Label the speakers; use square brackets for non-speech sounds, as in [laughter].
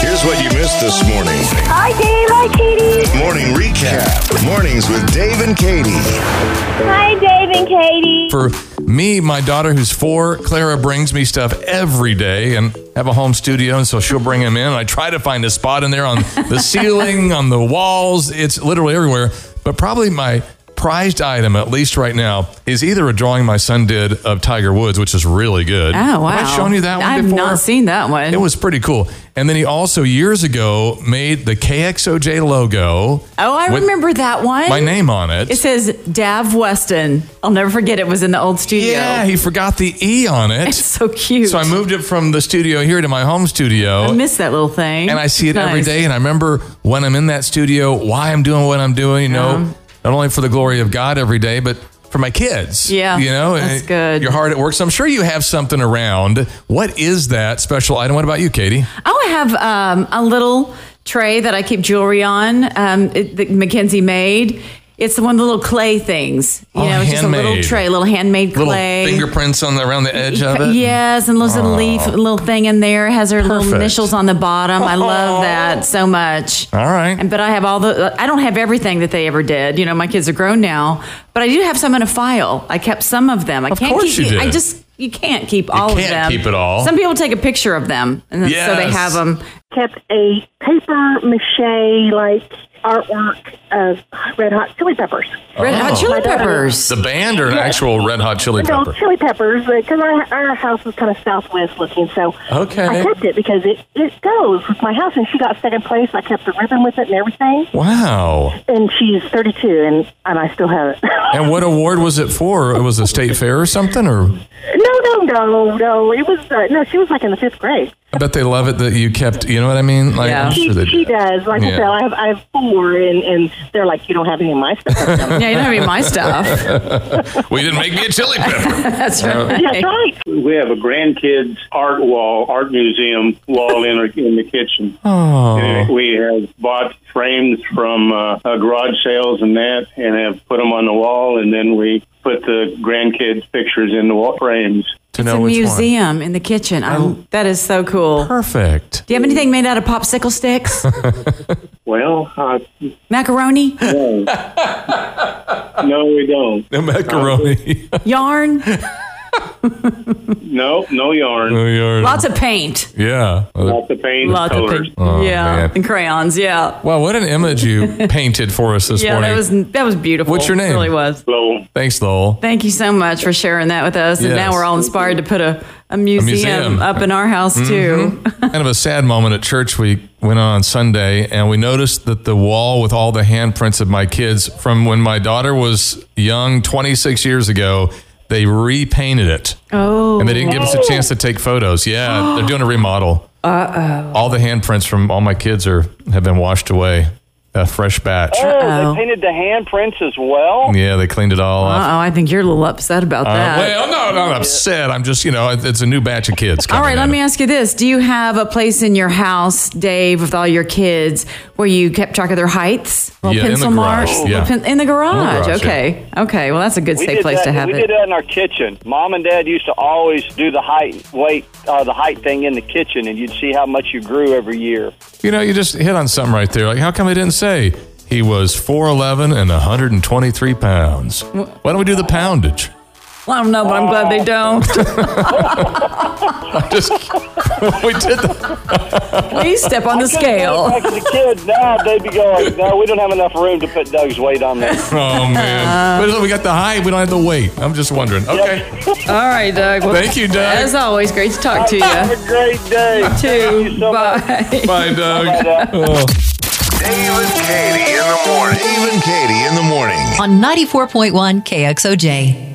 Speaker 1: Here's what you missed this morning.
Speaker 2: Hi, Dave. Hi, Katie.
Speaker 1: Morning recap. Mornings with Dave and Katie.
Speaker 2: Hi, Dave and Katie.
Speaker 3: For me, my daughter who's four, Clara brings me stuff every day and I have a home studio, and so she'll bring them in. I try to find a spot in there on
Speaker 4: [laughs]
Speaker 3: the ceiling, on the walls. It's literally everywhere. But probably my prized item, at least right now, is either a drawing my son did of Tiger Woods, which is really good.
Speaker 4: Oh, wow.
Speaker 3: Have I shown you that one
Speaker 4: I've
Speaker 3: before?
Speaker 4: not seen that one.
Speaker 3: It was pretty cool. And then he also years ago made the KXOJ logo.
Speaker 4: oh, I
Speaker 3: with
Speaker 4: remember that one.
Speaker 3: my name on it.
Speaker 4: It says Dav Weston. I'll never forget it was in the old studio.
Speaker 3: yeah, he forgot the E on it.
Speaker 4: [laughs] It's so cute.
Speaker 3: So I moved it from the studio here to my home
Speaker 4: I
Speaker 3: studio.
Speaker 4: miss that little thing.
Speaker 3: and I see it every
Speaker 4: Nice.
Speaker 3: day. And I remember when I'm in that studio, why I'm doing what I'm doing, you know, not only for the glory of God every day, but for my kids.
Speaker 4: Yeah,
Speaker 3: You know,
Speaker 4: that's
Speaker 3: and
Speaker 4: good.
Speaker 3: You're hard at work. So I'm sure you have something around. What is that special item? What about you, Katie?
Speaker 4: Oh, I have um, a little tray that I keep jewelry on um, it, that Mackenzie made. It's the one of the little clay things. You
Speaker 3: Oh,
Speaker 4: know, it's just a little
Speaker 3: handmade.
Speaker 4: tray, a little handmade
Speaker 3: Little
Speaker 4: clay.
Speaker 3: fingerprints on the around the edge of it. Oh.
Speaker 4: Yes, and there's a leaf, little thing in there. It has her
Speaker 3: Perfect. Oh.
Speaker 4: little initials on the bottom. I love that so much.
Speaker 3: All right.
Speaker 4: And but I have all the. I don't have everything that they ever did. You know, my kids are grown now, but I do have some in a file. I kept some of them. I
Speaker 3: Of
Speaker 4: can't
Speaker 3: course
Speaker 4: keep.
Speaker 3: you
Speaker 4: I
Speaker 3: did.
Speaker 4: just you can't keep all
Speaker 3: can't
Speaker 4: of them.
Speaker 3: keep it all.
Speaker 4: Some people take a picture of them, and then, so they
Speaker 3: Yes.
Speaker 4: have them.
Speaker 5: kept a paper mache like artwork of Red Hot Chili Peppers.
Speaker 4: Red
Speaker 3: Oh.
Speaker 4: Hot Chili Peppers.
Speaker 3: The band or an actual Red Hot Chili
Speaker 5: No,
Speaker 3: Pepper?
Speaker 5: Chili Peppers, because our, our house is kind of southwest looking, so
Speaker 3: Okay.
Speaker 5: I kept it because it, it goes with my house, and she got second place. I kept the ribbon with it and everything,
Speaker 3: Wow.
Speaker 5: and she's 32, and, and I still have it.
Speaker 3: And what award was it for? It was a state fair or something? Or
Speaker 5: no, [laughs] no, no, no. It was, uh, no, she was like in the fifth grade.
Speaker 3: I bet they love it that you kept, you know what I mean? Like,
Speaker 4: Yeah.
Speaker 3: I'm
Speaker 5: She,
Speaker 3: sure they
Speaker 5: she does. Like
Speaker 3: Yeah.
Speaker 5: I said, I have, I have four, and, and they're like, you don't have any of my stuff.
Speaker 4: Yeah, you don't have any of
Speaker 3: [laughs]
Speaker 4: my stuff.
Speaker 3: We didn't make me a
Speaker 4: [laughs]
Speaker 3: chili pepper.
Speaker 4: That's right.
Speaker 5: That's right.
Speaker 6: We have a grandkids art wall, art museum wall in, our, in the kitchen.
Speaker 4: Oh.
Speaker 6: And We have bought frames from uh, uh, garage sales and that, and have put them on the wall, and then we put the grandkids' pictures in the wall frames.
Speaker 3: to
Speaker 4: It's
Speaker 3: know
Speaker 4: a
Speaker 3: which one. Oh.
Speaker 4: museum in the kitchen. I'm, that is so cool.
Speaker 3: Perfect.
Speaker 4: Do you have anything made out of popsicle sticks?
Speaker 3: [laughs]
Speaker 6: Well, uh,
Speaker 4: Macaroni?
Speaker 6: no, we don't.
Speaker 3: The macaroni.
Speaker 4: Yarn?
Speaker 6: No, no yarn.
Speaker 3: [laughs] New York.
Speaker 4: Lots of paint.
Speaker 3: yeah.
Speaker 6: Lots of paint,
Speaker 4: Lots of
Speaker 6: colors.
Speaker 4: paint.
Speaker 3: Oh,
Speaker 4: yeah.
Speaker 3: man.
Speaker 4: And crayons, yeah.
Speaker 3: Wow, what an image
Speaker 4: [laughs]
Speaker 3: you painted for us this
Speaker 4: Yeah,
Speaker 3: morning.
Speaker 4: that was that was beautiful.
Speaker 3: What's your name?
Speaker 4: It really was.
Speaker 6: So,
Speaker 3: [laughs] Thanks, Lowell.
Speaker 4: Thank you so much for sharing that with us. And
Speaker 3: Yes.
Speaker 4: now we're all inspired to put a, a, museum,
Speaker 3: museum. Mm-hmm.
Speaker 4: up in our house too.
Speaker 3: kind of a sad moment at church we went on on Sunday, and we noticed that the wall with all the handprints of my kids from when my daughter was young, 26 years ago, they repainted it.
Speaker 4: Oh.
Speaker 3: And they didn't give us a chance to take photos. Yeah, they're doing a remodel. Uh oh. All the handprints from all my kids are have been washed away. A fresh batch.
Speaker 4: Uh-oh. Mm.
Speaker 7: they painted the handprints as well.
Speaker 3: Yeah, they cleaned it all up.
Speaker 4: Uh oh, I think you're a little upset about
Speaker 3: Uh,
Speaker 4: that.
Speaker 3: well, no, no, I'm not upset. I'm just, you know, it- it's a new batch of kids.
Speaker 4: all
Speaker 3: coming
Speaker 4: right, let
Speaker 3: in.
Speaker 4: me ask you this. Do you have a place in your house, Dave, with all your kids where you kept track of their heights? Little
Speaker 3: Yeah, in the
Speaker 4: pencil
Speaker 3: garage,
Speaker 4: marks?
Speaker 3: yeah.
Speaker 4: Little pen- in the garage.
Speaker 3: garage, yeah.
Speaker 4: okay. Okay. Well, that's a good,
Speaker 7: We
Speaker 4: safe
Speaker 7: did
Speaker 4: place
Speaker 7: that,
Speaker 4: to have
Speaker 7: we
Speaker 4: it.
Speaker 7: did that in our kitchen. Mom and Dad used to always do the height, weight, uh, the height thing in the kitchen, and you'd see how much you grew every year.
Speaker 3: You know, you just hit on something right there. Like, how come they didn't say he was 4'11 and 123 pounds? Why don't we do the poundage? [laughs]
Speaker 4: I don't know, but I'm glad they don't.
Speaker 7: [laughs]
Speaker 3: Just, [laughs] we did that.
Speaker 4: Please step on the scale.
Speaker 7: Back to the kids
Speaker 4: [laughs]
Speaker 7: now, they'd be going, no, we don't have enough room to put Doug's weight on there.
Speaker 3: Oh,
Speaker 4: Uh-huh.
Speaker 3: man. But we got the height, we don't have the weight. I'm just wondering. Okay.
Speaker 4: All right, Doug. Well,
Speaker 3: Thank you, Doug.
Speaker 4: As always, great to talk to
Speaker 7: [laughs] Have
Speaker 4: you.
Speaker 7: a great day. Thank
Speaker 4: Too.
Speaker 7: you so much.
Speaker 4: Bye.
Speaker 3: Bye, Doug.
Speaker 7: Doug.
Speaker 3: Oh.
Speaker 1: Dave and Katie in the morning. Dave and Katie in the morning.
Speaker 8: on 94.1 KXOJ.